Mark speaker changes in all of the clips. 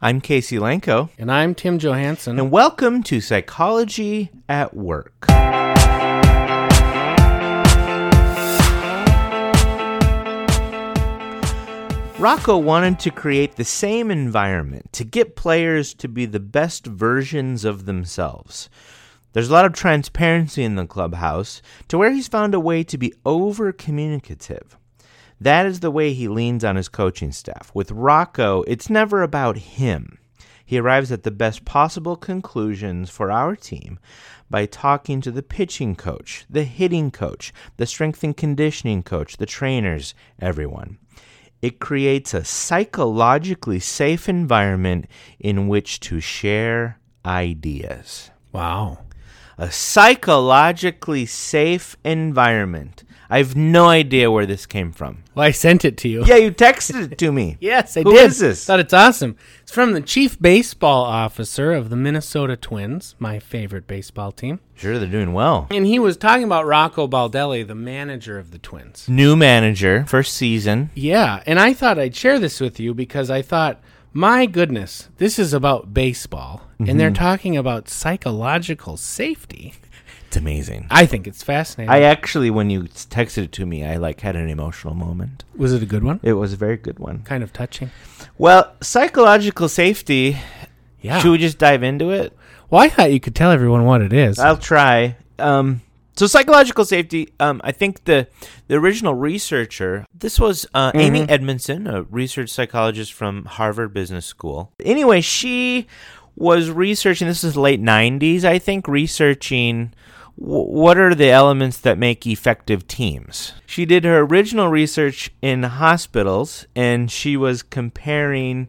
Speaker 1: I'm Casey Lanko,
Speaker 2: And I'm Tim Johansson.
Speaker 1: and welcome to Psychology at Work. Rocco wanted to create the same environment to get players to be the best versions of themselves. There's a lot of transparency in the clubhouse to where he's found a way to be over communicative. That is the way he leans on his coaching staff. With Rocco, it's never about him. He arrives at the best possible conclusions for our team by talking to the pitching coach, the hitting coach, the strength and conditioning coach, the trainers, everyone. It creates a psychologically safe environment in which to share ideas.
Speaker 2: Wow.
Speaker 1: A psychologically safe environment. I have no idea where this came from.
Speaker 2: Well, I sent it to you.
Speaker 1: Yeah, you texted it to me.
Speaker 2: Yes, I
Speaker 1: Who
Speaker 2: did.
Speaker 1: is this?
Speaker 2: Thought it's awesome. It's from the chief baseball officer of the Minnesota Twins, my favorite baseball team.
Speaker 1: Sure, they're doing well.
Speaker 2: And he was talking about Rocco Baldelli, the manager of the Twins.
Speaker 1: New manager, first season.
Speaker 2: Yeah, and I thought I'd share this with you because I thought, my goodness, this is about baseball, and they're talking about psychological safety.
Speaker 1: It's amazing.
Speaker 2: I think it's fascinating.
Speaker 1: I actually, when you texted it to me, I like had an emotional moment.
Speaker 2: was it a good one?
Speaker 1: It was a very good one.
Speaker 2: Kind of touching.
Speaker 1: Well, psychological safety.
Speaker 2: Yeah.
Speaker 1: Should we just dive into it?
Speaker 2: Well, I thought you could tell everyone what it is.
Speaker 1: I'll try. Um, so psychological safety. Um, I think the the original researcher. This was uh, Amy Edmondson, a research psychologist from Harvard Business School. Anyway, she was researching. This is late '90s, I think, researching. w- What are the elements that make effective teams? She did her original research in hospitals and she was comparing,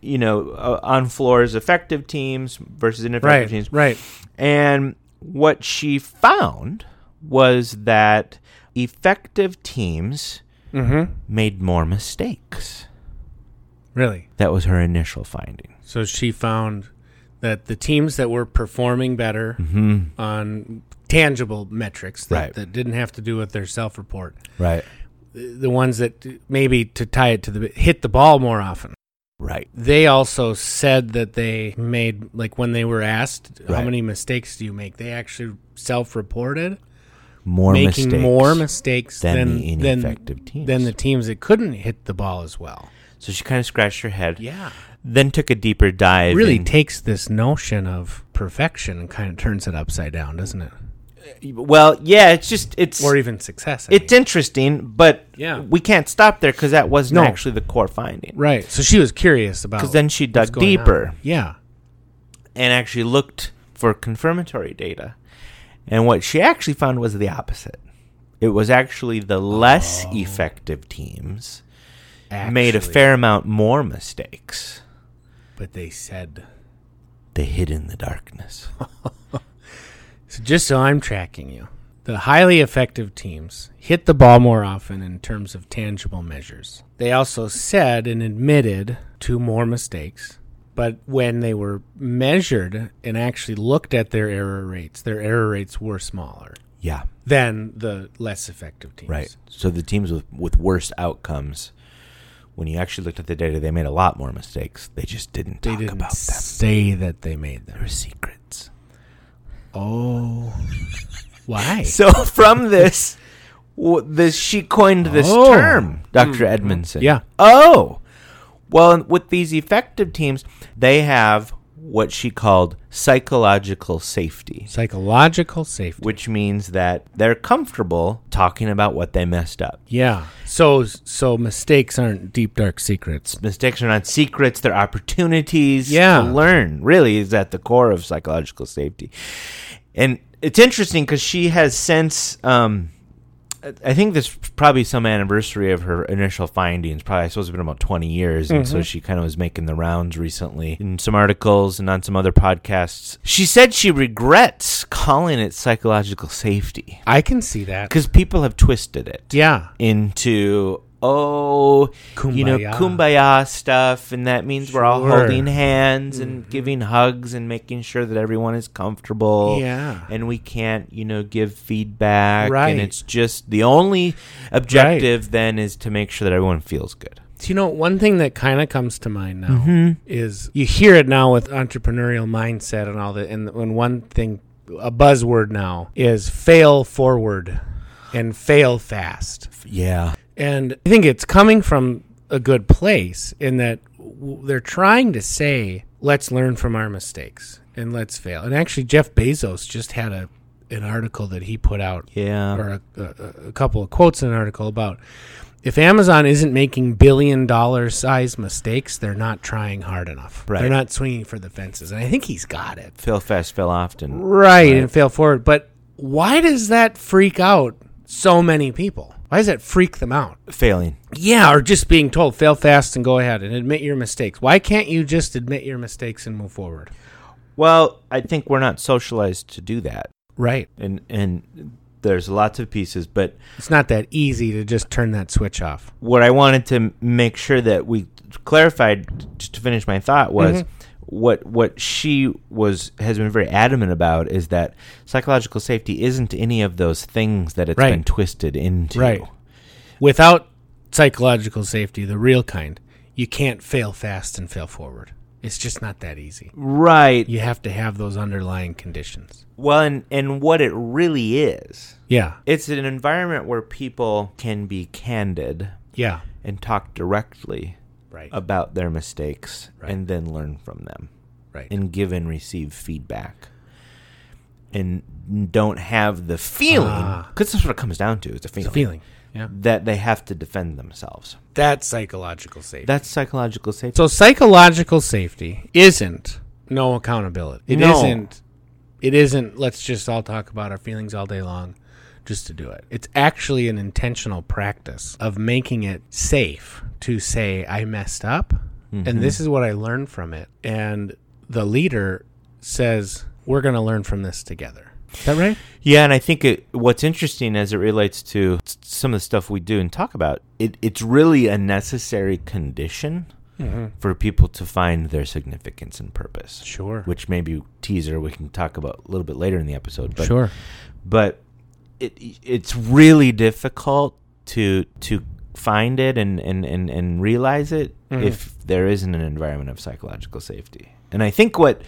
Speaker 1: you know, uh, on floors effective teams versus ineffective
Speaker 2: right.
Speaker 1: teams.
Speaker 2: Right.
Speaker 1: And what she found was that effective teams
Speaker 2: Mm-hmm.
Speaker 1: made more mistakes.
Speaker 2: Really.
Speaker 1: That was her initial finding.
Speaker 2: So she found that the teams that were performing better on tangible metrics that,
Speaker 1: Mm-hmm. Right.
Speaker 2: that didn't have to do with their self-report,
Speaker 1: Right.
Speaker 2: the ones that maybe to tie it to the hit the ball more often.
Speaker 1: Right.
Speaker 2: They also said that they made like when they were asked how
Speaker 1: Right.
Speaker 2: many mistakes do you make, they actually self-reported
Speaker 1: More
Speaker 2: making
Speaker 1: mistakes.
Speaker 2: more mistakes
Speaker 1: than
Speaker 2: than
Speaker 1: the
Speaker 2: than-
Speaker 1: ineffective teams.
Speaker 2: than the teams that couldn't hit the ball as well.
Speaker 1: so she kind of scratched her head.
Speaker 2: Yeah.
Speaker 1: Then took a deeper dive.
Speaker 2: really
Speaker 1: in-
Speaker 2: takes this notion of perfection and kind of turns it upside down, doesn't it?
Speaker 1: well, yeah. It's just it's
Speaker 2: Or even success. I
Speaker 1: it's interesting, but
Speaker 2: Yeah.
Speaker 1: we can't stop there because that wasn't
Speaker 2: No.
Speaker 1: actually the core finding.
Speaker 2: mean. right. So she was curious about
Speaker 1: Because then she
Speaker 2: what's
Speaker 1: dug
Speaker 2: going
Speaker 1: deeper.
Speaker 2: on. Yeah.
Speaker 1: and actually looked for confirmatory data. And what she actually found was the opposite. It was actually the less effective teams made a
Speaker 2: Oh. Actually,
Speaker 1: fair amount more mistakes.
Speaker 2: But they said.
Speaker 1: They hid in the darkness.
Speaker 2: So just so I'm tracking you, the highly effective teams hit the ball more often in terms of tangible measures. They also said and admitted to more mistakes. But when they were measured and actually looked at their error rates, their error rates were smaller.
Speaker 1: Yeah,
Speaker 2: than the less effective teams.
Speaker 1: right. So the teams with, with worse outcomes, when you actually looked at the data, they made a lot more mistakes. They just didn't
Speaker 2: They
Speaker 1: talk
Speaker 2: didn't
Speaker 1: about them.
Speaker 2: say that they made
Speaker 1: They
Speaker 2: them.
Speaker 1: were secrets.
Speaker 2: Oh, why?
Speaker 1: So from this, w- this she coined this
Speaker 2: Oh.
Speaker 1: term, Dr. Edmondson.
Speaker 2: Yeah.
Speaker 1: Oh. Well, with these effective teams, they have what she called psychological safety,
Speaker 2: Psychological safety.
Speaker 1: which means that they're comfortable talking about what they messed up.
Speaker 2: Yeah. So so mistakes aren't deep dark secrets.
Speaker 1: Mistakes are not secrets, they're opportunities
Speaker 2: Yeah.
Speaker 1: to learn, really, is at the core of psychological safety. And it's interesting because she has since. Um, I think this is probably some anniversary of her initial findings. Probably, I suppose it's been about 20 years. And so she kind of was making the rounds recently in some articles and on some other podcasts. She said she regrets calling it psychological safety
Speaker 2: I can see that.
Speaker 1: because people have twisted it
Speaker 2: Yeah.
Speaker 1: into oh you know
Speaker 2: Kumbaya.
Speaker 1: kumbaya stuff and that means we're all
Speaker 2: Sure. Mm-hmm.
Speaker 1: holding hands and giving hugs and making sure that everyone is comfortable
Speaker 2: Yeah.
Speaker 1: and we can't you know give feedback
Speaker 2: Right.
Speaker 1: and it's just the only objective then is to make sure that everyone feels good
Speaker 2: So, you know, one thing that kind of comes to mind now
Speaker 1: Mm-hmm.
Speaker 2: is you hear it now with entrepreneurial mindset and all that. And, and one thing, a buzzword now is fail forward and fail fast.
Speaker 1: Yeah.
Speaker 2: And I think it's coming from a good place in that w- they're trying to say, let's learn from our mistakes and let's fail. And actually, Jeff Bezos just had a an article that he put out
Speaker 1: Yeah.
Speaker 2: or a, a, a couple of quotes in an article about if Amazon isn't making billion dollar size mistakes, they're not trying hard enough.
Speaker 1: Right.
Speaker 2: They're not swinging for the fences. And I think he's got it.
Speaker 1: Fail fast, fail often.
Speaker 2: Right, and fail forward. But why does that freak out so many people? Why does that freak them out?
Speaker 1: Failing.
Speaker 2: Yeah, or just being told fail fast and go ahead and admit your mistakes. Why can't you just admit your mistakes and move forward?
Speaker 1: Well, I think we're not socialized to do that.
Speaker 2: Right.
Speaker 1: And and there's lots of pieces, but
Speaker 2: It's not that easy to just turn that switch off.
Speaker 1: what I wanted to m- make sure that we clarified t- to finish my thought was
Speaker 2: Mm-hmm.
Speaker 1: what what she was has been very adamant about is that psychological safety isn't any of those things that it's
Speaker 2: Right.
Speaker 1: been twisted into.
Speaker 2: Right. Without psychological safety, the real kind, you can't fail fast and fail forward. It's just not that easy.
Speaker 1: Right.
Speaker 2: You have to have those underlying conditions.
Speaker 1: Well, and and what it really is,
Speaker 2: Yeah.
Speaker 1: it's an environment where people can be candid
Speaker 2: Yeah.
Speaker 1: and talk directly
Speaker 2: Right.
Speaker 1: about their mistakes and then learn from them.
Speaker 2: right.
Speaker 1: and give and receive feedback and don't have the feeling
Speaker 2: Ah.
Speaker 1: because that's what it comes down to is the feeling,
Speaker 2: the feeling. Yeah.
Speaker 1: that they have to defend themselves
Speaker 2: That's psychological safety.
Speaker 1: that's psychological safety
Speaker 2: So psychological safety isn't no accountability. It
Speaker 1: No.
Speaker 2: not It isn't. Let's just all talk about our feelings all day long, just to do it. It's actually an intentional practice of making it safe to say I messed up, and this
Speaker 1: Mm-hmm.
Speaker 2: is what I learned from it. And the leader says we're going to learn from this together. Is that right?
Speaker 1: yeah and i think it, what's interesting as it relates to s- some of the stuff we do and talk about it, it's really a necessary condition
Speaker 2: Mm-hmm.
Speaker 1: for people to find their significance and purpose
Speaker 2: Sure.
Speaker 1: which maybe teaser we can talk about a little bit later in the episode but
Speaker 2: sure.
Speaker 1: but it it's really difficult to to find it and and and, and realize it
Speaker 2: Mm-hmm.
Speaker 1: if there isn't an environment of psychological safety. And I think what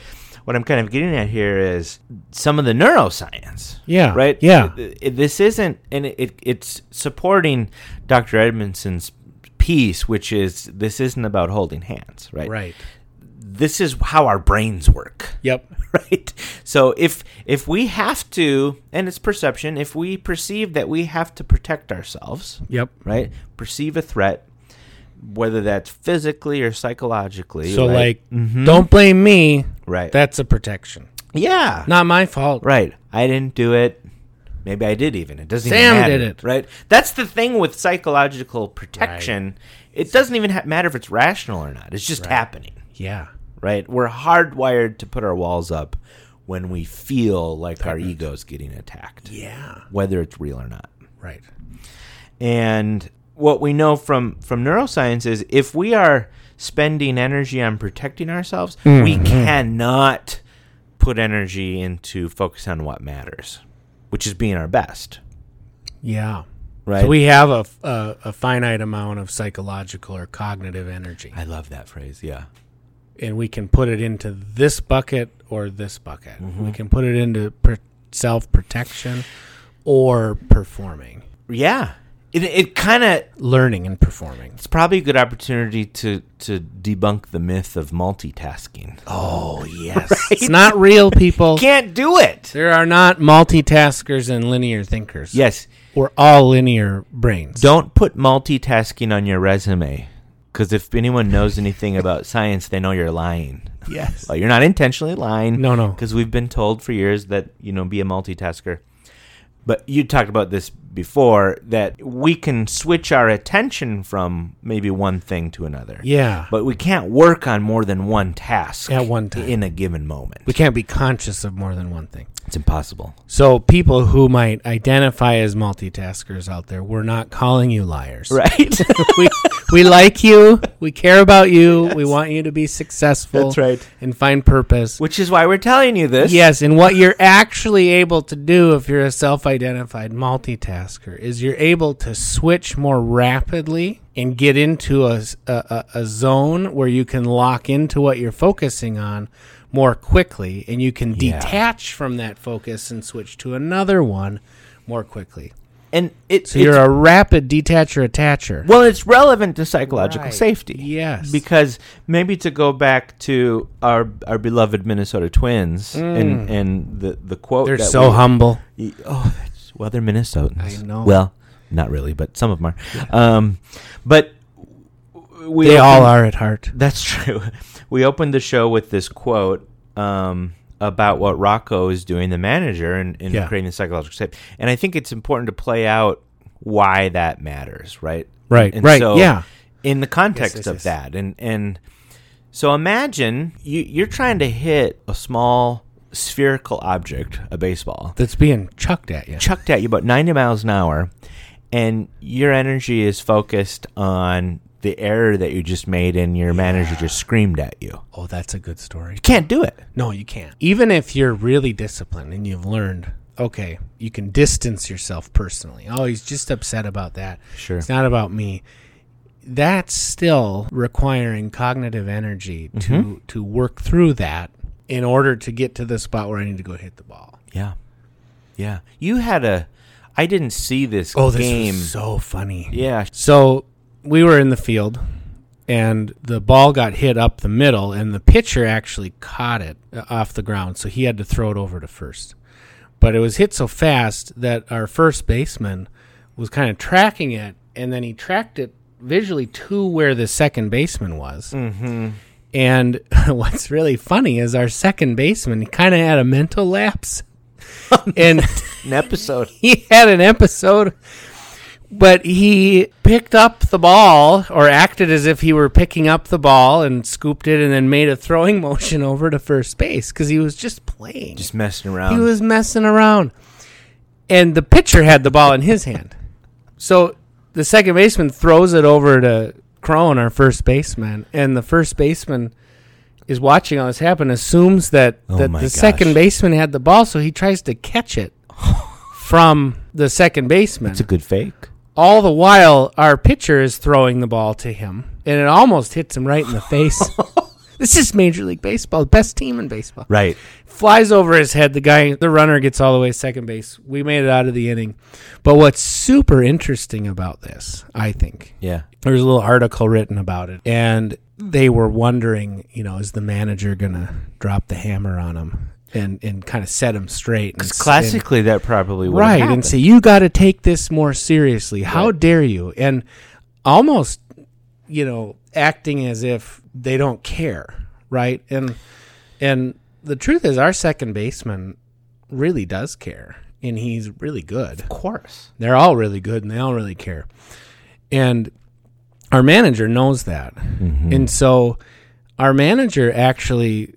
Speaker 1: what I'm kind of getting at here is some of the neuroscience.
Speaker 2: Yeah,
Speaker 1: Right.
Speaker 2: yeah.
Speaker 1: Th- th- This isn't, and it, it it's supporting Dr. Edmondson's piece, which is this isn't about holding hands. Right.
Speaker 2: Right.
Speaker 1: This is how our brains work
Speaker 2: Yep.
Speaker 1: right so if if we have to and it's perception if we perceive that we have to protect ourselves
Speaker 2: Yep.
Speaker 1: right perceive a threat whether that's physically or psychologically
Speaker 2: So
Speaker 1: right? Mm-hmm.
Speaker 2: like, don't blame me.
Speaker 1: right
Speaker 2: That's a protection.
Speaker 1: yeah
Speaker 2: Not my fault.
Speaker 1: right i didn't do it maybe i did even it doesn't
Speaker 2: Sam
Speaker 1: even matter
Speaker 2: did it.
Speaker 1: right that's the thing with psychological protection it doesn't even ha- matter if it's rational or not it's just happening
Speaker 2: Yeah.
Speaker 1: right? We're hardwired to put our walls up when we feel like our ego's getting attacked,
Speaker 2: Yeah.
Speaker 1: whether it's real or not.
Speaker 2: Right.
Speaker 1: And what we know from from neuroscience is if we are spending energy on protecting ourselves,
Speaker 2: Mm-hmm.
Speaker 1: we cannot put energy into focus on what matters, which is being our best,
Speaker 2: Yeah.
Speaker 1: right?
Speaker 2: So we have a, a, a finite amount of psychological or cognitive energy,
Speaker 1: I love that phrase. Yeah.
Speaker 2: and we can put it into this bucket or this bucket.
Speaker 1: Mm-hmm.
Speaker 2: We can put it into per- self protection or performing,
Speaker 1: Yeah. It, it kind of
Speaker 2: learning and performing.
Speaker 1: it's probably a good opportunity to to debunk the myth of multitasking.
Speaker 2: Oh, yes. It's not real, people.
Speaker 1: Can't do it.
Speaker 2: There are not multitaskers and linear thinkers.
Speaker 1: Yes.
Speaker 2: We're all linear brains.
Speaker 1: Don't put multitasking on your resume because if anyone knows anything about science, they know you're lying.
Speaker 2: Yes.
Speaker 1: Well, you're not intentionally lying.
Speaker 2: No, no.
Speaker 1: Because we've been told for years that, you know, be a multitasker. But you talked about this before that we can switch our attention from maybe one thing to another.
Speaker 2: Yeah.
Speaker 1: But we can't work on more than one task
Speaker 2: At one time.
Speaker 1: in a given moment.
Speaker 2: We can't be conscious of more than one thing.
Speaker 1: It's impossible.
Speaker 2: So people who might identify as multitaskers out there, we're not calling you liars.
Speaker 1: Right?
Speaker 2: we we like you. We care about you. We want you to be successful.
Speaker 1: That's right.
Speaker 2: And find purpose.
Speaker 1: Which is why we're telling you this.
Speaker 2: Yes, and what you're actually able to do if you're a self identified multitasker is you're able to switch more rapidly and get into a, s- a- a- a zone where you can lock into what you're focusing on more quickly and you can
Speaker 1: Yeah.
Speaker 2: detach from that focus and switch to another one more quickly.
Speaker 1: And it,
Speaker 2: So
Speaker 1: it's
Speaker 2: you're a rapid detacher attacher.
Speaker 1: Well, it's relevant to psychological
Speaker 2: Right.
Speaker 1: safety.
Speaker 2: Yes.
Speaker 1: Because maybe to go back to our our beloved Minnesota Twins and and the the quote
Speaker 2: Mm. They're
Speaker 1: that
Speaker 2: so
Speaker 1: we-
Speaker 2: humble.
Speaker 1: y- Oh, that's, well, they're Minnesotans.
Speaker 2: I know.
Speaker 1: Well, not really, but some of them are. Um, but we
Speaker 2: They all
Speaker 1: opened-
Speaker 2: are at heart.
Speaker 1: That's true. We opened the show with this quote um, about what Rocco is doing, the manager, and in,
Speaker 2: Yeah.
Speaker 1: creating the psychological state. And I think it's important to play out why that matters, right?
Speaker 2: Right,
Speaker 1: And
Speaker 2: right, yeah.
Speaker 1: In the context
Speaker 2: yes,
Speaker 1: of
Speaker 2: yes.
Speaker 1: that, and and so imagine you, you're trying to hit a small spherical object, a baseball,
Speaker 2: That's being chucked at you.
Speaker 1: chucked at you about 90 miles an hour and your energy is focused on the error that you just made and your manager just screamed at you. You
Speaker 2: Oh, that's a good story.
Speaker 1: can't do it.
Speaker 2: No, you can't. Even if you're really disciplined and you've learned, okay, you can distance yourself personally. Oh, he's just upset about that.
Speaker 1: Sure.
Speaker 2: It's not about me. That's still requiring cognitive energy to to work through that in order to get to the spot where I need to go hit the ball.
Speaker 1: Yeah. Yeah. You had a I didn't see this
Speaker 2: Oh, this
Speaker 1: game.
Speaker 2: is so funny.
Speaker 1: yeah.
Speaker 2: So we were in the field, and the ball got hit up the middle, and the pitcher actually caught it uh, off the ground, so he had to throw it over to first. But it was hit so fast that our first baseman was kind of tracking it, and then he tracked it visually to where the second baseman was. Mm-hmm. And what's really funny is our second baseman kind of had a mental lapse, and
Speaker 1: An episode.
Speaker 2: he had an episode but he picked up the ball or acted as if he were picking up the ball and scooped it and then made a throwing motion over to first base because he was just playing
Speaker 1: just messing around.
Speaker 2: he was messing around and the pitcher had the ball in his hand so the second baseman throws it over to crone our first baseman and the first baseman is watching all this happen assumes that,
Speaker 1: Oh
Speaker 2: that the
Speaker 1: my gosh.
Speaker 2: second baseman had the ball so he tries to catch it from the second baseman
Speaker 1: it's a good fake.
Speaker 2: all the while, our pitcher is throwing the ball to him, and it almost hits him right in the face. this is Major League Baseball, the best team in baseball.
Speaker 1: Right.
Speaker 2: Flies over his head. The guy, the runner, gets all the way to second base. We made it out of the inning. But what's super interesting about this, I think,
Speaker 1: Yeah.
Speaker 2: there was a little article written about it, and they were wondering, you know, is the manager gonna drop the hammer on him and and kind of set him straight? and s- and-
Speaker 1: Classically that probably would
Speaker 2: right and say you got to take this more seriously how dare you and almost you know acting as if they don't care right and and the truth is our second baseman really does care and he's really good
Speaker 1: of course.
Speaker 2: they're all really good and they all really care and our manager knows that and so our manager actually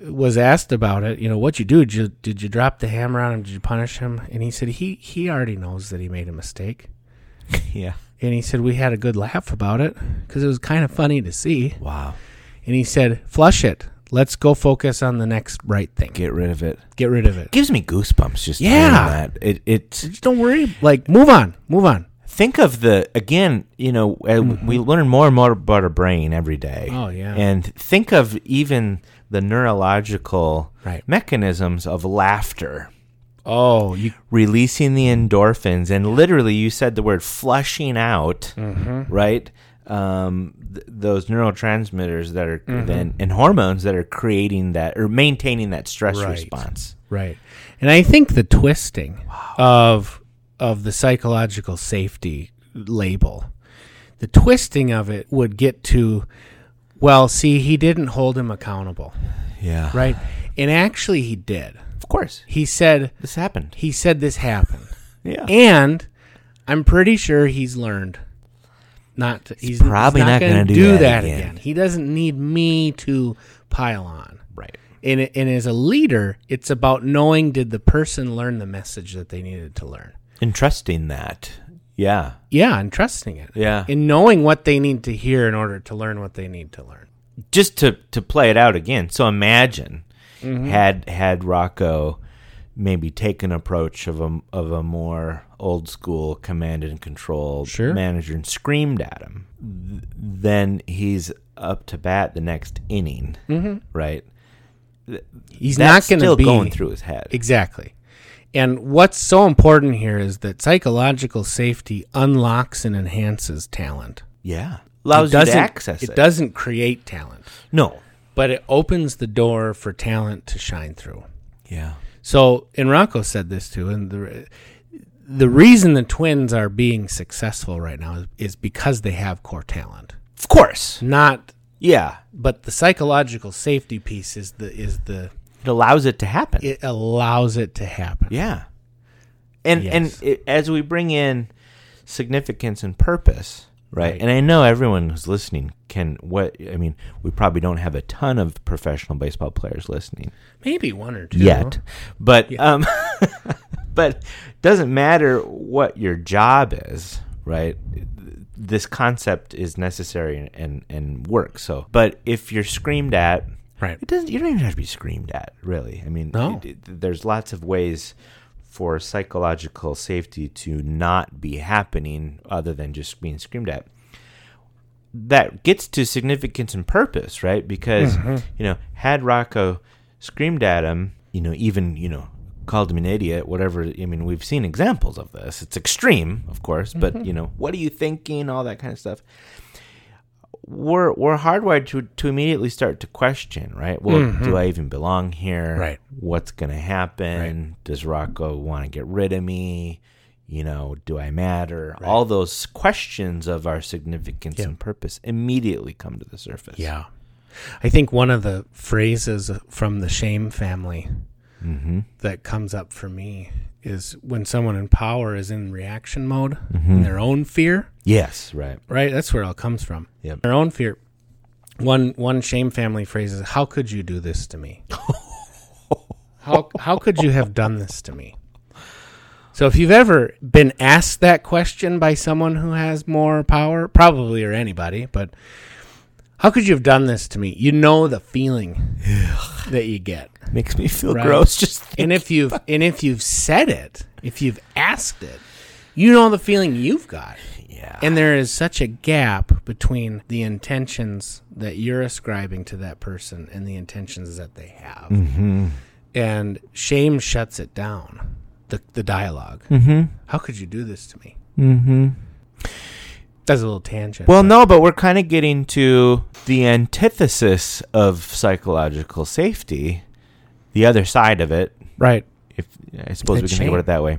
Speaker 2: was asked about it you know what you do did you, did you drop the hammer on him did you punish him and he said he he already knows that he made a mistake
Speaker 1: Yeah.
Speaker 2: and he said we had a good laugh about it because it was kind of funny to see
Speaker 1: Wow.
Speaker 2: and he said flush it let's go focus on the next right thing
Speaker 1: Get rid of it.
Speaker 2: get rid of it
Speaker 1: Gives me goosebumps just hearing
Speaker 2: Yeah.
Speaker 1: that. It it's
Speaker 2: just don't worry like move on move on
Speaker 1: think of the again you know uh, we learn more and more about our brain every day
Speaker 2: Oh, yeah.
Speaker 1: and think of even the neurological
Speaker 2: Right.
Speaker 1: mechanisms of laughter
Speaker 2: oh you
Speaker 1: releasing the endorphins and literally you said the word flushing out right um, th- those neurotransmitters that are then and hormones that are creating that or maintaining that stress
Speaker 2: Right.
Speaker 1: response
Speaker 2: Right. And I think the twisting of of the psychological safety label, the twisting of it would get to well, see, he didn't hold him accountable,
Speaker 1: yeah
Speaker 2: right? And actually he did.
Speaker 1: of course
Speaker 2: He said
Speaker 1: this happened
Speaker 2: he said this happened.
Speaker 1: yeah
Speaker 2: And I'm pretty sure he's learned not to, he's, he's
Speaker 1: probably not
Speaker 2: gonna
Speaker 1: gonna do that again.
Speaker 2: He doesn't need me to pile on
Speaker 1: right
Speaker 2: and, and as a leader, it's about knowing did the person learn the message that they needed to learn.
Speaker 1: and trusting that Yeah.
Speaker 2: Yeah, and trusting it.
Speaker 1: Yeah.
Speaker 2: And knowing what they need to hear in order to learn what they need to learn.
Speaker 1: just to to play it out again. So imagine had had Rocco maybe taken approach of a of a more old school command and control
Speaker 2: Sure.
Speaker 1: manager and screamed at him, th- then he's up to bat the next inning, right?
Speaker 2: He's
Speaker 1: That's
Speaker 2: not
Speaker 1: still
Speaker 2: going to be
Speaker 1: going through his head.
Speaker 2: Exactly. And what's so important here is that psychological safety unlocks and enhances talent.
Speaker 1: yeah,
Speaker 2: It
Speaker 1: allows you to
Speaker 2: doesn't-
Speaker 1: access it.
Speaker 2: it doesn't create talent,
Speaker 1: No.
Speaker 2: but it opens the door for talent to shine through.
Speaker 1: Yeah.
Speaker 2: So, and Rocco said this too, and the the reason the Twins are being successful right now is, is because they have core talent.
Speaker 1: Of
Speaker 2: Mm-hmm.
Speaker 1: course.
Speaker 2: Not,
Speaker 1: Yeah.
Speaker 2: but the psychological safety piece is the is the
Speaker 1: It allows it to happen.
Speaker 2: it allows it to happen.
Speaker 1: Yeah. And
Speaker 2: Yes.
Speaker 1: and it, as we bring in significance and purpose, right? And I know everyone who's listening can what I mean, we probably don't have a ton of professional baseball players listening
Speaker 2: Maybe one or two
Speaker 1: yet. But um but doesn't matter what your job is, right? This concept is necessary and and works. So, but if you're screamed at
Speaker 2: Right.
Speaker 1: it doesn't. You don't even have to be screamed at, really. I mean,
Speaker 2: No.
Speaker 1: it- it- there's lots of ways for psychological safety to not be happening, other than just being screamed at. That gets to significance and purpose, right? Because you know, had Rocco screamed at him, you know, even you know, called him an idiot, whatever. I mean, we've seen examples of this. It's extreme, of course, but you know, what are you thinking? All that kind of stuff we're we're hardwired to to immediately start to question, right? Well, do I even belong here?
Speaker 2: Right.
Speaker 1: What's gonna happen? Does Rocco want to get rid of me? You know, do I matter? All those questions of our significance and purpose immediately come to the surface.
Speaker 2: Yeah. I think one of the phrases from the Shame family that comes up for me is when someone in power is in reaction mode, in their own fear,
Speaker 1: Yes. Right.
Speaker 2: right? That's where it all comes from.
Speaker 1: Yep.
Speaker 2: Their own fear. One one Shame family phrase is, "How could you do this to me? how how could you have done this to me?" So if you've ever been asked that question by someone who has more power, probably or anybody, but how could you have done this to me? You know the feeling that you get.
Speaker 1: Makes me feel
Speaker 2: Right.
Speaker 1: gross. Just
Speaker 2: And if you've and if you've said it, if you've asked it, you know the feeling you've got.
Speaker 1: yeah.
Speaker 2: And there is such a gap between the intentions that you're ascribing to that person and the intentions that they have. Mm-hmm. And shame shuts it down, the, the dialog Mm-hmm. How could you do this to me? Mm-hmm. That's a little tangent.
Speaker 1: Well, no, but we're kind of getting to the antithesis of psychological safety, the other side of it,
Speaker 2: right.
Speaker 1: if I suppose we
Speaker 2: And
Speaker 1: can think about
Speaker 2: shame.
Speaker 1: it that way.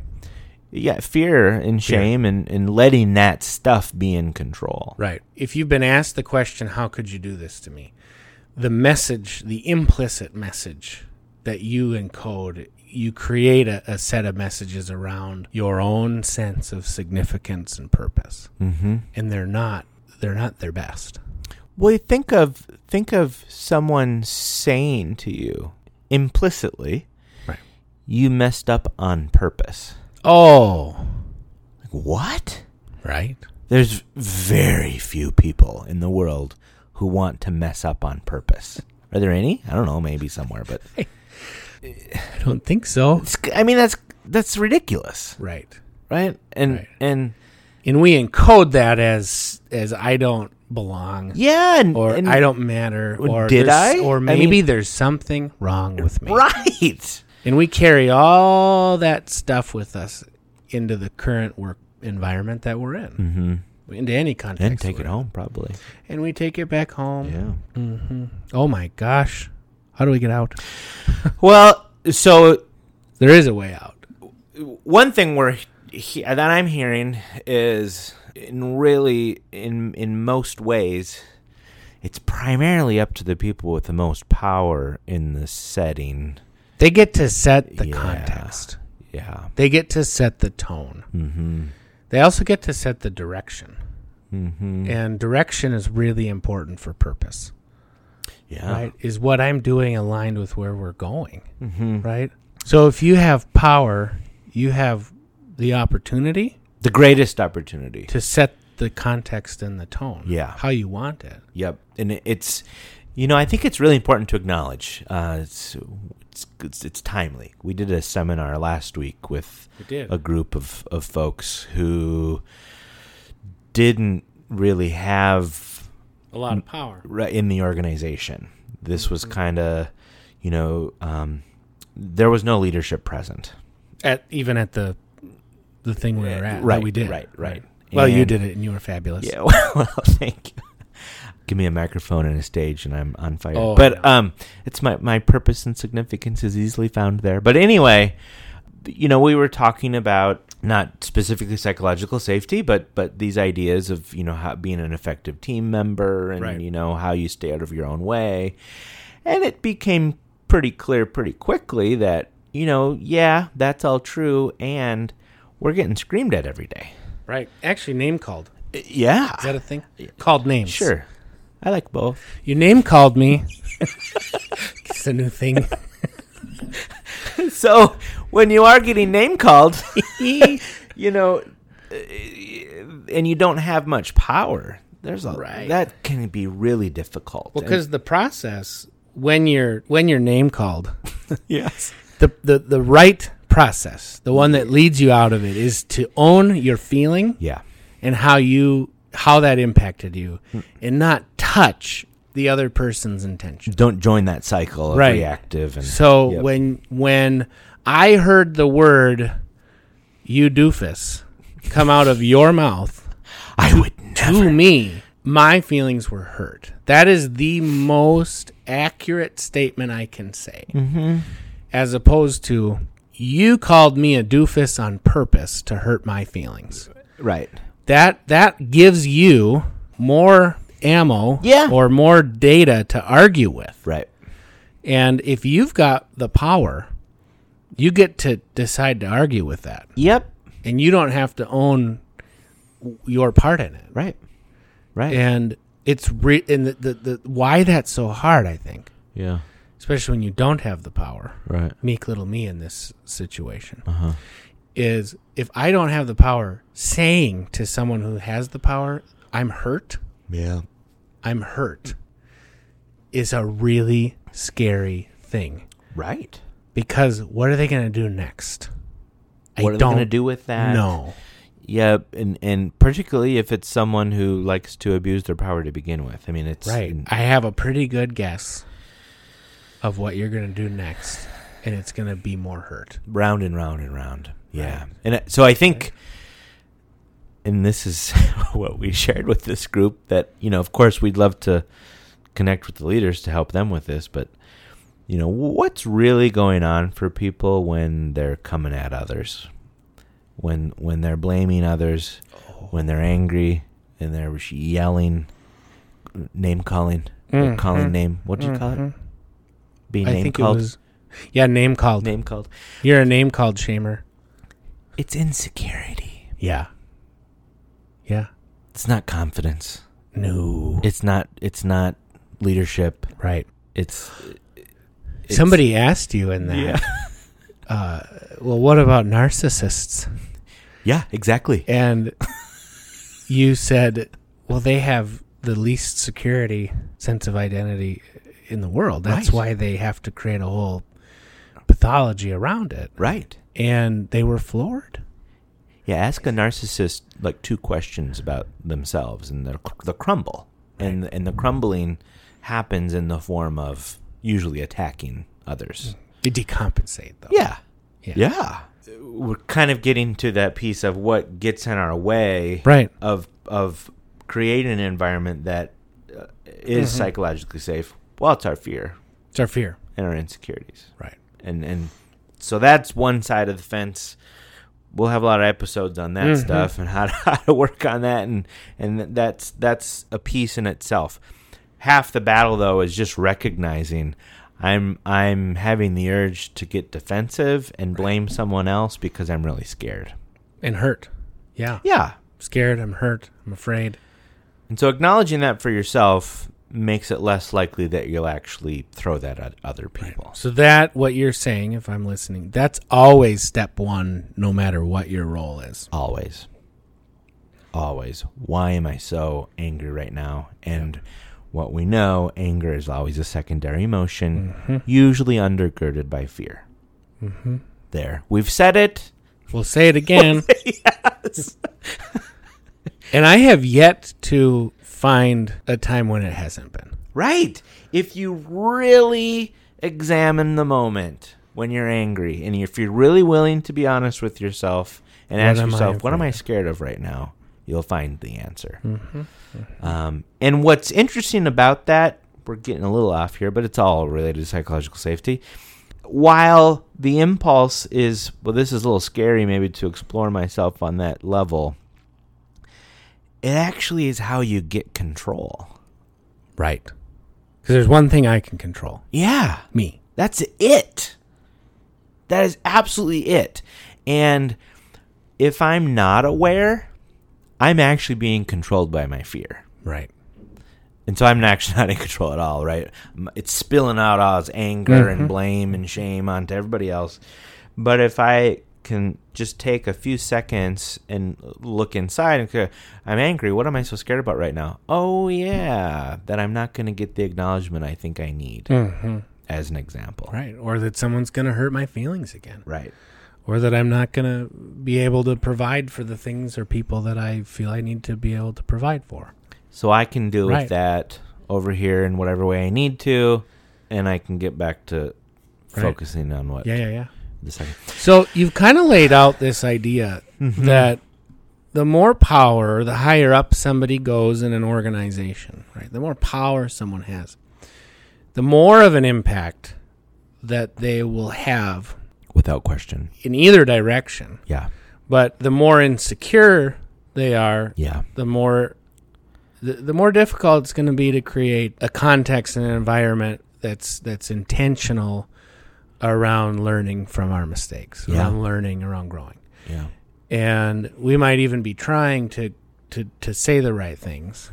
Speaker 1: Yeah, fear and shame and, and letting that stuff be in control.
Speaker 2: Right. If you've been asked the question, how could you do this to me? The message, the implicit message that you encode, you create a, a set of messages around your own sense of significance and purpose. Mm-hmm. And they're not, they're not their best.
Speaker 1: Well, you think of think of someone saying to you implicitly,
Speaker 2: Right.
Speaker 1: "You messed up on purpose."
Speaker 2: Oh,
Speaker 1: Like what?
Speaker 2: right.
Speaker 1: There's very few people in the world who want to mess up on purpose. Are there any? I don't know. Maybe somewhere, but
Speaker 2: I don't think so.
Speaker 1: it's, I mean that's that's ridiculous,
Speaker 2: Right.
Speaker 1: right? And
Speaker 2: Right.
Speaker 1: and
Speaker 2: And we encode that as, as I don't belong.
Speaker 1: yeah, and,
Speaker 2: Or
Speaker 1: and
Speaker 2: I don't matter. Or
Speaker 1: did
Speaker 2: there's-
Speaker 1: I? I
Speaker 2: Or
Speaker 1: mean-
Speaker 2: maybe there's something wrong with me.
Speaker 1: right.
Speaker 2: And we carry all that stuff with us into the current work environment that we're in, mm-hmm. into any context.
Speaker 1: Hmm. And take
Speaker 2: we're
Speaker 1: it home, probably.
Speaker 2: in. And we take it back home.
Speaker 1: Yeah.
Speaker 2: Oh my gosh. How do we get out?
Speaker 1: Well, so
Speaker 2: There is a way out.
Speaker 1: one thing we're he- that I'm hearing is, in really, in in most ways, it's primarily up to the people with the most power in the setting.
Speaker 2: They get to set the
Speaker 1: Yeah.
Speaker 2: context,
Speaker 1: Yeah.
Speaker 2: they get to set the tone.
Speaker 1: Hmm.
Speaker 2: Mm-hmm. They also get to set the direction. Mm-hmm.
Speaker 1: Hmm.
Speaker 2: And direction is really important for purpose,
Speaker 1: Yeah.
Speaker 2: right? Is what I'm doing aligned with where we're going?
Speaker 1: Mm-hmm.
Speaker 2: right? So if you have power, you have the opportunity
Speaker 1: The greatest opportunity.
Speaker 2: to set the context and the tone.
Speaker 1: Yeah.
Speaker 2: How you want it.
Speaker 1: Yep, and it- it's you know I think it's really important to acknowledge. Uh, it's, it's it's it's timely. We did a seminar last week with
Speaker 2: It did.
Speaker 1: a group of of folks who didn't really have
Speaker 2: a lot of power.
Speaker 1: re- in the organization. This was kind of you know um, there was no leadership present.
Speaker 2: At even at the the thing we were at.
Speaker 1: Right,
Speaker 2: That we did.
Speaker 1: right, right.
Speaker 2: Well, you
Speaker 1: And-
Speaker 2: did it and you were fabulous.
Speaker 1: Yeah, well, thank you. Give me a microphone and a stage, and I'm on fire.
Speaker 2: Oh,
Speaker 1: but
Speaker 2: I
Speaker 1: um, it's my my purpose and significance is easily found there. But anyway, you know, we were talking about not specifically psychological safety, but but these ideas of you know how being an effective team member and
Speaker 2: Right.
Speaker 1: you know how you stay out of your own way, and it became pretty clear pretty quickly that you know yeah that's all true, and we're getting screamed at every day.
Speaker 2: Right. Actually name called.
Speaker 1: Yeah,
Speaker 2: Is that a thing? Called names.
Speaker 1: Sure. I like both.
Speaker 2: You name called me. it's a new thing.
Speaker 1: So when you are getting name called, you know, uh, and you don't have much power, there's a
Speaker 2: Right.
Speaker 1: that can be really difficult.
Speaker 2: Well, because the process when you're when you're name called,
Speaker 1: And- yes,
Speaker 2: the, the the right process, the one that leads you out of it, is to own your feeling
Speaker 1: yeah,
Speaker 2: and how you how that impacted you, and not touch the other person's intention.
Speaker 1: don't join that cycle of
Speaker 2: Right.
Speaker 1: reactive and
Speaker 2: So
Speaker 1: Yep.
Speaker 2: when when I heard the word "you doofus" come out of your mouth
Speaker 1: I would never.
Speaker 2: to me, my feelings were hurt. That is the most accurate statement I can say. As opposed to, you called me a doofus on purpose to hurt my feelings.
Speaker 1: Right.
Speaker 2: That that gives you more ammo
Speaker 1: Yeah.
Speaker 2: or more data to argue with.
Speaker 1: Right.
Speaker 2: And if you've got the power, you get to decide to argue with that.
Speaker 1: Yep.
Speaker 2: And you don't have to own w- your part in it
Speaker 1: Right. Right.
Speaker 2: and it's re- and the, the the why that's so hard i think
Speaker 1: yeah.
Speaker 2: especially when you don't have the power
Speaker 1: Right.
Speaker 2: meek little me in this situation is if i don't have the power saying to someone who has the power i'm hurt
Speaker 1: Yeah.
Speaker 2: i'm hurt is a really scary thing
Speaker 1: Right.
Speaker 2: because what are they going to do next
Speaker 1: What
Speaker 2: i
Speaker 1: are they
Speaker 2: don't
Speaker 1: going to do with that?
Speaker 2: know
Speaker 1: Yep, and and particularly if it's someone who likes to abuse their power to begin with. I mean, it's
Speaker 2: Right.
Speaker 1: and-
Speaker 2: I have a pretty good guess of what you're going to do next, and it's going to be more hurt.
Speaker 1: round and round and round. Yeah, and I- so I think, and this is what we shared with this group that you know, of course, we'd love to connect with the leaders to help them with this, but you know, what's really going on for people when they're coming at others, when when they're blaming others, when they're angry and they're yelling, name calling, or
Speaker 2: Mm,
Speaker 1: calling
Speaker 2: mm,
Speaker 1: name. What do you call it? Being
Speaker 2: I
Speaker 1: name
Speaker 2: think
Speaker 1: called.
Speaker 2: it was. Yeah, name called.
Speaker 1: name called.
Speaker 2: You're a name called shamer.
Speaker 1: It's insecurity.
Speaker 2: Yeah. Yeah.
Speaker 1: It's not confidence.
Speaker 2: No.
Speaker 1: It's not. It's not leadership.
Speaker 2: right.
Speaker 1: It's, it's-
Speaker 2: Somebody asked you in that.
Speaker 1: Yeah.
Speaker 2: Uh, well, what about narcissists?
Speaker 1: yeah. Exactly.
Speaker 2: And you said, well, they have the least security sense of identity in the world. That's
Speaker 1: Right.
Speaker 2: why they have to create a whole pathology around it.
Speaker 1: Right.
Speaker 2: And they were floored.
Speaker 1: Yeah. Ask a narcissist like two questions about themselves, and they'll cr- they'll crumble, and and the crumbling happens in the form of usually attacking others.
Speaker 2: They decompensate, though.
Speaker 1: Yeah.
Speaker 2: Mm. Yeah.
Speaker 1: We're kind of getting to that piece of what gets in our way
Speaker 2: Right.
Speaker 1: of of creating an environment that uh, is psychologically safe. Well, it's our fear
Speaker 2: It's our fear.
Speaker 1: and our insecurities,
Speaker 2: Right.
Speaker 1: and and so that's one side of the fence. We'll have a lot of episodes on that stuff and how to, how to work on that, and and that's that's a piece in itself. Half the battle though is just recognizing I'm I'm having the urge to get defensive and blame someone else because I'm really scared.
Speaker 2: And hurt. Yeah.
Speaker 1: Yeah,
Speaker 2: I'm scared. I'm hurt. I'm afraid.
Speaker 1: And so acknowledging that for yourself makes it less likely that you'll actually throw that at other people.
Speaker 2: So that what you're saying, if I'm listening, that's always step one, no matter what your role is.
Speaker 1: Always. always, why am I so angry right now? And what we know, anger is always a secondary emotion, usually undergirded by fear. There. We've said it.
Speaker 2: We'll say it again. and I have yet to find a time when it hasn't been.
Speaker 1: Right. If you really examine the moment when you're angry and if you're really willing to be honest with yourself and ask
Speaker 2: am I
Speaker 1: yourself, what am
Speaker 2: afraid
Speaker 1: I scared of right now? You'll find the answer. Um, and what's interesting about that, we're getting a little off here, but it's all related to psychological safety. While the impulse is, well, this is a little scary maybe to explore myself on that level, it actually is how you get control.
Speaker 2: Right. Because there's one thing I can control
Speaker 1: Yeah.
Speaker 2: me.
Speaker 1: That's it. That is absolutely it. And if I'm not aware, I'm actually being controlled by my fear.
Speaker 2: Right.
Speaker 1: And so I'm actually not in control at all, right? M- It's spilling out all its anger and blame and shame onto everybody else. But if I can just take a few seconds and look inside and go, I'm angry. What am I so scared about right now? Oh, yeah, that I'm not going to get the acknowledgement I think I need,
Speaker 2: Mm-hmm.
Speaker 1: as an example.
Speaker 2: Right. Or that someone's going to hurt my feelings again.
Speaker 1: Right.
Speaker 2: Or that I'm not going to be able to provide for the things or people that I feel I need to be able to provide for.
Speaker 1: So I can deal with
Speaker 2: Right.
Speaker 1: that over here in whatever way I need to, and I can get back to
Speaker 2: Right.
Speaker 1: focusing on what
Speaker 2: Yeah, yeah, yeah.
Speaker 1: the second.
Speaker 2: So you've kind of laid out this idea that the more power, the higher up somebody goes in an organization, right? The more power someone has, the more of an impact that they will have
Speaker 1: Without question.
Speaker 2: in either direction.
Speaker 1: Yeah.
Speaker 2: But the more insecure they are,
Speaker 1: Yeah.
Speaker 2: the more the, the more difficult it's going to be to create a context and an environment that's that's intentional around learning from our mistakes,
Speaker 1: Yeah.
Speaker 2: around learning, around growing.
Speaker 1: Yeah.
Speaker 2: And we might even be trying to to to say the right things,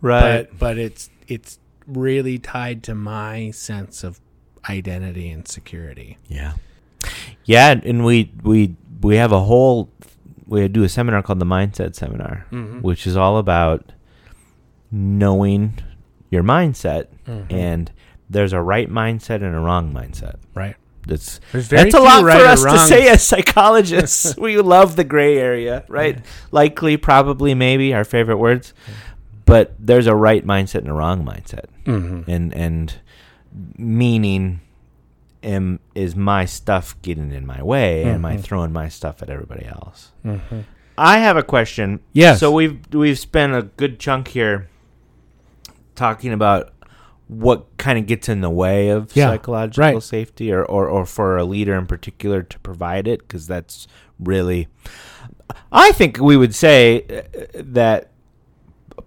Speaker 1: Right.
Speaker 2: but but it's it's really tied to my sense of identity and security.
Speaker 1: yeah. Yeah, and- and we we we have a whole we do a seminar called the mindset seminar,
Speaker 2: Mm-hmm.
Speaker 1: which is all about knowing your mindset
Speaker 2: Mm-hmm.
Speaker 1: and there's a right mindset and a wrong mindset.
Speaker 2: Right.
Speaker 1: That's
Speaker 2: There's very
Speaker 1: that's a
Speaker 2: few
Speaker 1: lot
Speaker 2: right
Speaker 1: for
Speaker 2: or
Speaker 1: us to
Speaker 2: wrongs.
Speaker 1: say as psychologists. we love the gray area, right? Likely, probably, maybe our favorite words, but there's a right mindset and a wrong mindset,
Speaker 2: Mhm.
Speaker 1: and and meaning. Am, is my stuff getting in my way? Am
Speaker 2: Mm-hmm.
Speaker 1: I throwing my stuff at everybody else? I have a question.
Speaker 2: Yes.
Speaker 1: So we've we've spent a good chunk here talking about what kind of gets in the way of
Speaker 2: Yeah,
Speaker 1: psychological
Speaker 2: right.
Speaker 1: safety or, or, or for a leader in particular to provide it because that's really i think we would say uh, that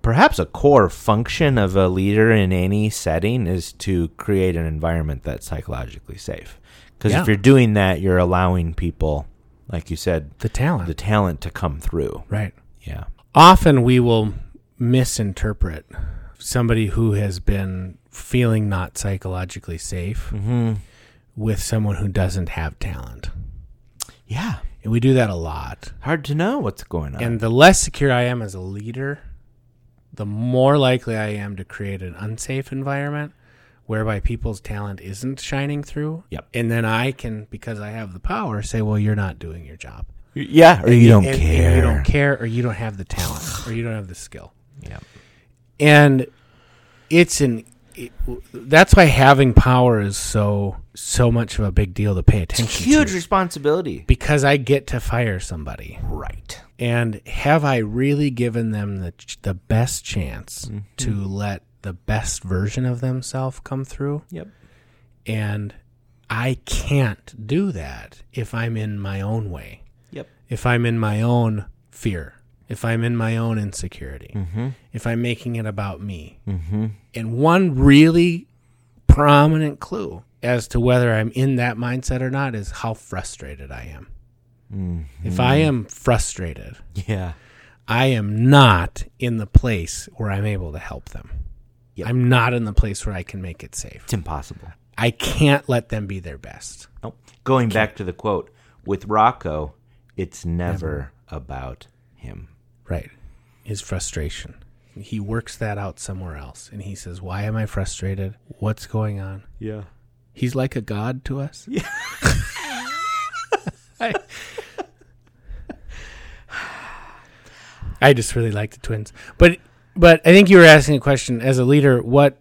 Speaker 1: perhaps a core function of a leader in any setting is to create an environment that's psychologically safe because
Speaker 2: Yeah.
Speaker 1: if you're doing that you're allowing people like you said
Speaker 2: The talent.
Speaker 1: the talent to come through
Speaker 2: right.
Speaker 1: yeah
Speaker 2: often we will misinterpret somebody who has been feeling not psychologically safe
Speaker 1: Mm-hmm.
Speaker 2: with someone who doesn't have talent.
Speaker 1: yeah
Speaker 2: And we do that a lot.
Speaker 1: hard to know what's going on
Speaker 2: Uh-huh. And the less secure I am as a leader, the more likely I am to create an unsafe environment whereby people's talent isn't shining through.
Speaker 1: Yep.
Speaker 2: And then I can, because I have the power, say, well, you're not doing your job.
Speaker 1: yeah or you don't
Speaker 2: And- and
Speaker 1: care
Speaker 2: you don't care, or you don't have the talent, or you don't have the skill.
Speaker 1: Yep.
Speaker 2: and it's an it, that's why having power is so so much of a big deal to pay attention
Speaker 1: huge
Speaker 2: to
Speaker 1: responsibility.
Speaker 2: because I get to fire somebody
Speaker 1: Right.
Speaker 2: and have I really given them the ch- the best chance to let the best version of themselves come through
Speaker 1: Yep.
Speaker 2: and I can't do that if I'm in my own way
Speaker 1: Yep.
Speaker 2: if I'm in my own fear if I'm in my own insecurity
Speaker 1: Mm. Mm-hmm,
Speaker 2: if I'm making it about me and one really prominent clue as to whether I'm in that mindset or not is how frustrated I am. If I am frustrated,
Speaker 1: mm. Yeah.
Speaker 2: I am not in the place where I'm able to help them.
Speaker 1: Yep.
Speaker 2: I'm not in the place where I can make it safe.
Speaker 1: It's impossible.
Speaker 2: I can't let them be their best.
Speaker 1: Nope. Going back to the quote with Rocco, it's never about him.
Speaker 2: Right. his frustration. He works that out somewhere else and he says, Why am I frustrated? What's going on?
Speaker 1: Yeah.
Speaker 2: He's like a god to us.
Speaker 1: Yeah.
Speaker 2: I, I just really like the twins. But but I think you were asking a question as a leader, what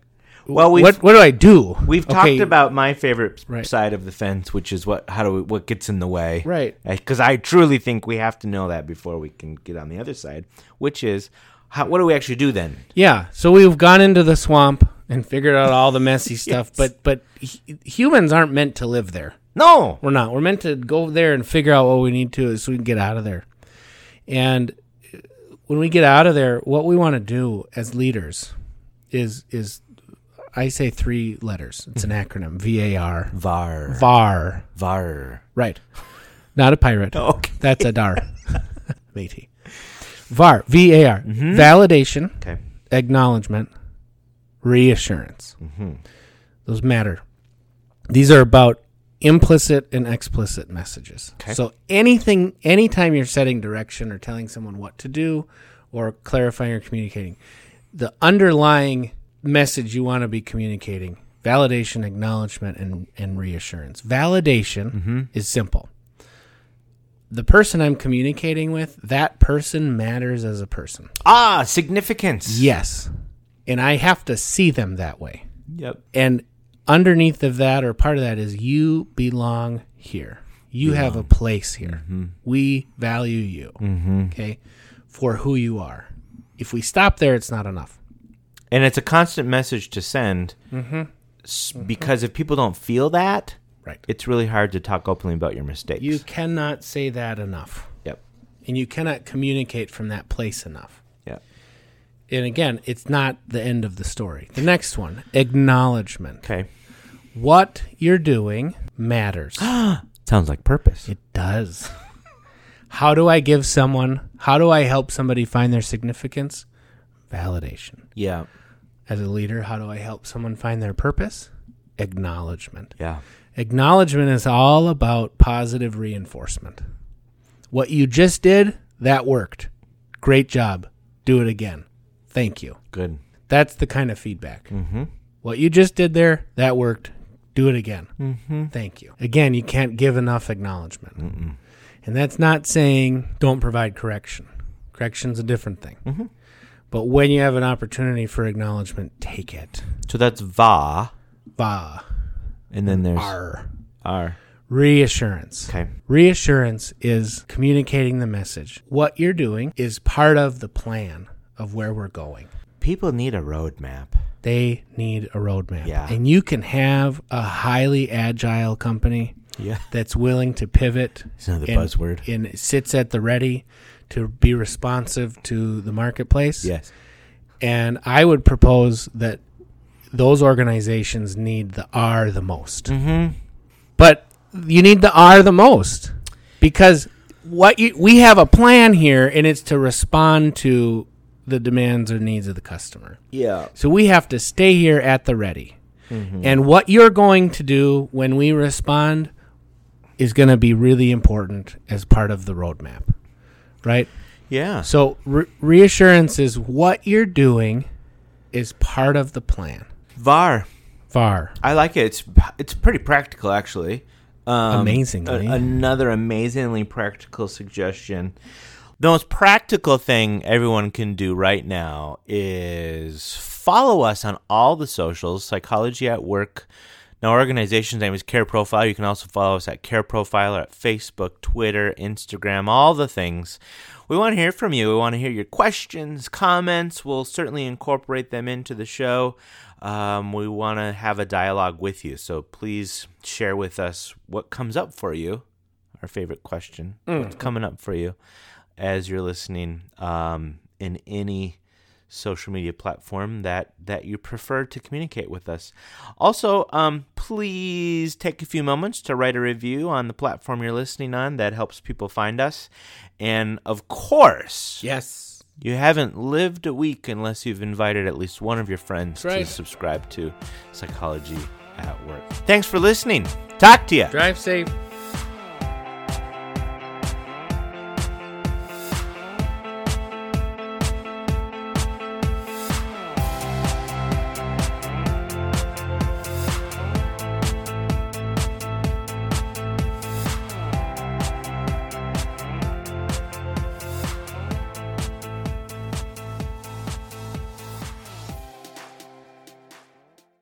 Speaker 1: Well, we've-
Speaker 2: what what do I do?
Speaker 1: We've
Speaker 2: Okay,
Speaker 1: talked about my favorite
Speaker 2: Right.
Speaker 1: side of the fence, which is what how do we, what gets in the way,
Speaker 2: Right.
Speaker 1: Because I truly think we have to know that before we can get on the other side, which is how, what do we actually do then?
Speaker 2: Yeah, so we've gone into the swamp and figured out all the messy stuff, but but hu- humans aren't meant to live there.
Speaker 1: No,
Speaker 2: We're not. We're meant to go there and figure out what we need to so we can get out of there. And uh, when we get out of there, what we want to do as leaders is is I say three letters. It's an acronym. V A R.
Speaker 1: var
Speaker 2: VAR.
Speaker 1: var.
Speaker 2: Right. Not a pirate.
Speaker 1: Okay.
Speaker 2: That's a dar. Matey. VAR. V A R. Validation
Speaker 1: Okay.
Speaker 2: acknowledgement, reassurance. Those matter. These are about implicit and explicit messages. So anything, anytime you're setting direction or telling someone what to do or clarifying or communicating, the underlying message you want to be communicating validation, acknowledgement, and, and reassurance. Validation is simple. The person I'm communicating with, that person matters as a person.
Speaker 1: Ah, significance.
Speaker 2: Yes. And I have to see them that way.
Speaker 1: Yep.
Speaker 2: And underneath of that or part of that is you belong here. You have a place here. We value you. Okay? For who you are. If we stop there, it's not enough.
Speaker 1: And it's a constant message to send,
Speaker 2: Mm-hmm.
Speaker 1: s- because if people don't feel that,
Speaker 2: Right.
Speaker 1: it's really hard to talk openly about your mistakes.
Speaker 2: You cannot say that enough.
Speaker 1: yep.
Speaker 2: And you cannot communicate from that place enough.
Speaker 1: Yep.
Speaker 2: And again, it's not the end of the story. The next one acknowledgement.
Speaker 1: Okay.
Speaker 2: What you're doing matters.
Speaker 1: Sounds like purpose.
Speaker 2: It does. how do I give someone, how do I help somebody find their significance? Validation.
Speaker 1: Yeah.
Speaker 2: As a leader, how do I help someone find their purpose? Acknowledgement.
Speaker 1: Yeah.
Speaker 2: Acknowledgement is all about positive reinforcement. What you just did, that worked. Great job. Do it again. Thank you.
Speaker 1: Good.
Speaker 2: That's the kind of feedback. Mm-hmm. What you just did there, that worked. Do it again. Mm-hmm. Thank you. Again, you can't give enough acknowledgment. And that's not saying don't provide correction. Correction's a different thing. But when you have an opportunity for acknowledgement, take it.
Speaker 1: So that's va,
Speaker 2: Bah.
Speaker 1: and then there's
Speaker 2: Arr.
Speaker 1: R. Mm.
Speaker 2: Reassurance.
Speaker 1: Okay.
Speaker 2: Reassurance is communicating the message. What you're doing is part of the plan of where we're going.
Speaker 1: People need a roadmap.
Speaker 2: they need a roadmap.
Speaker 1: Yeah.
Speaker 2: And you can have a highly agile company
Speaker 1: Yeah.
Speaker 2: that's willing to pivot
Speaker 1: It's another
Speaker 2: and,
Speaker 1: buzzword.
Speaker 2: and sits at the ready to be responsive to the marketplace.
Speaker 1: Yes.
Speaker 2: And I would propose that those organizations need the R the most. Mm-hmm. But you need the R the most because what you, we have a plan here, and it's to respond to the demands or needs of the customer.
Speaker 1: Yeah.
Speaker 2: So we have to stay here at the ready.
Speaker 1: Mm-hmm.
Speaker 2: And what you're going to do when we respond is going to be really important as part of the roadmap, right?
Speaker 1: Yeah.
Speaker 2: So re- reassurance is what you're doing is part of the plan.
Speaker 1: VAR.
Speaker 2: VAR.
Speaker 1: I like it. It's it's pretty practical actually. Um,
Speaker 2: Amazingly.
Speaker 1: a- another amazingly practical suggestion. The most practical thing everyone can do right now is follow us on all the socials. Psychology at Work. Now, our organization's name is Care Profile. You can also follow us at Care Profile or at Facebook, Twitter, Instagram, all the things. We want to hear from you. We want to hear your questions, comments. We'll certainly incorporate them into the show. Um, we want to have a dialogue with you. So please share with us what comes up for you our favorite question.
Speaker 2: Mm.
Speaker 1: What's coming up for you as you're listening um, in any social media platform that that you prefer to communicate with us. Also, um, please take a few moments to write a review on the platform you're listening on. That helps people find us. And of course,
Speaker 2: Yes.
Speaker 1: you haven't lived a week unless you've invited at least one of your friends
Speaker 2: That's right.
Speaker 1: to subscribe to Psychology at Work. Thanks for listening. Talk to you.
Speaker 2: Drive safe.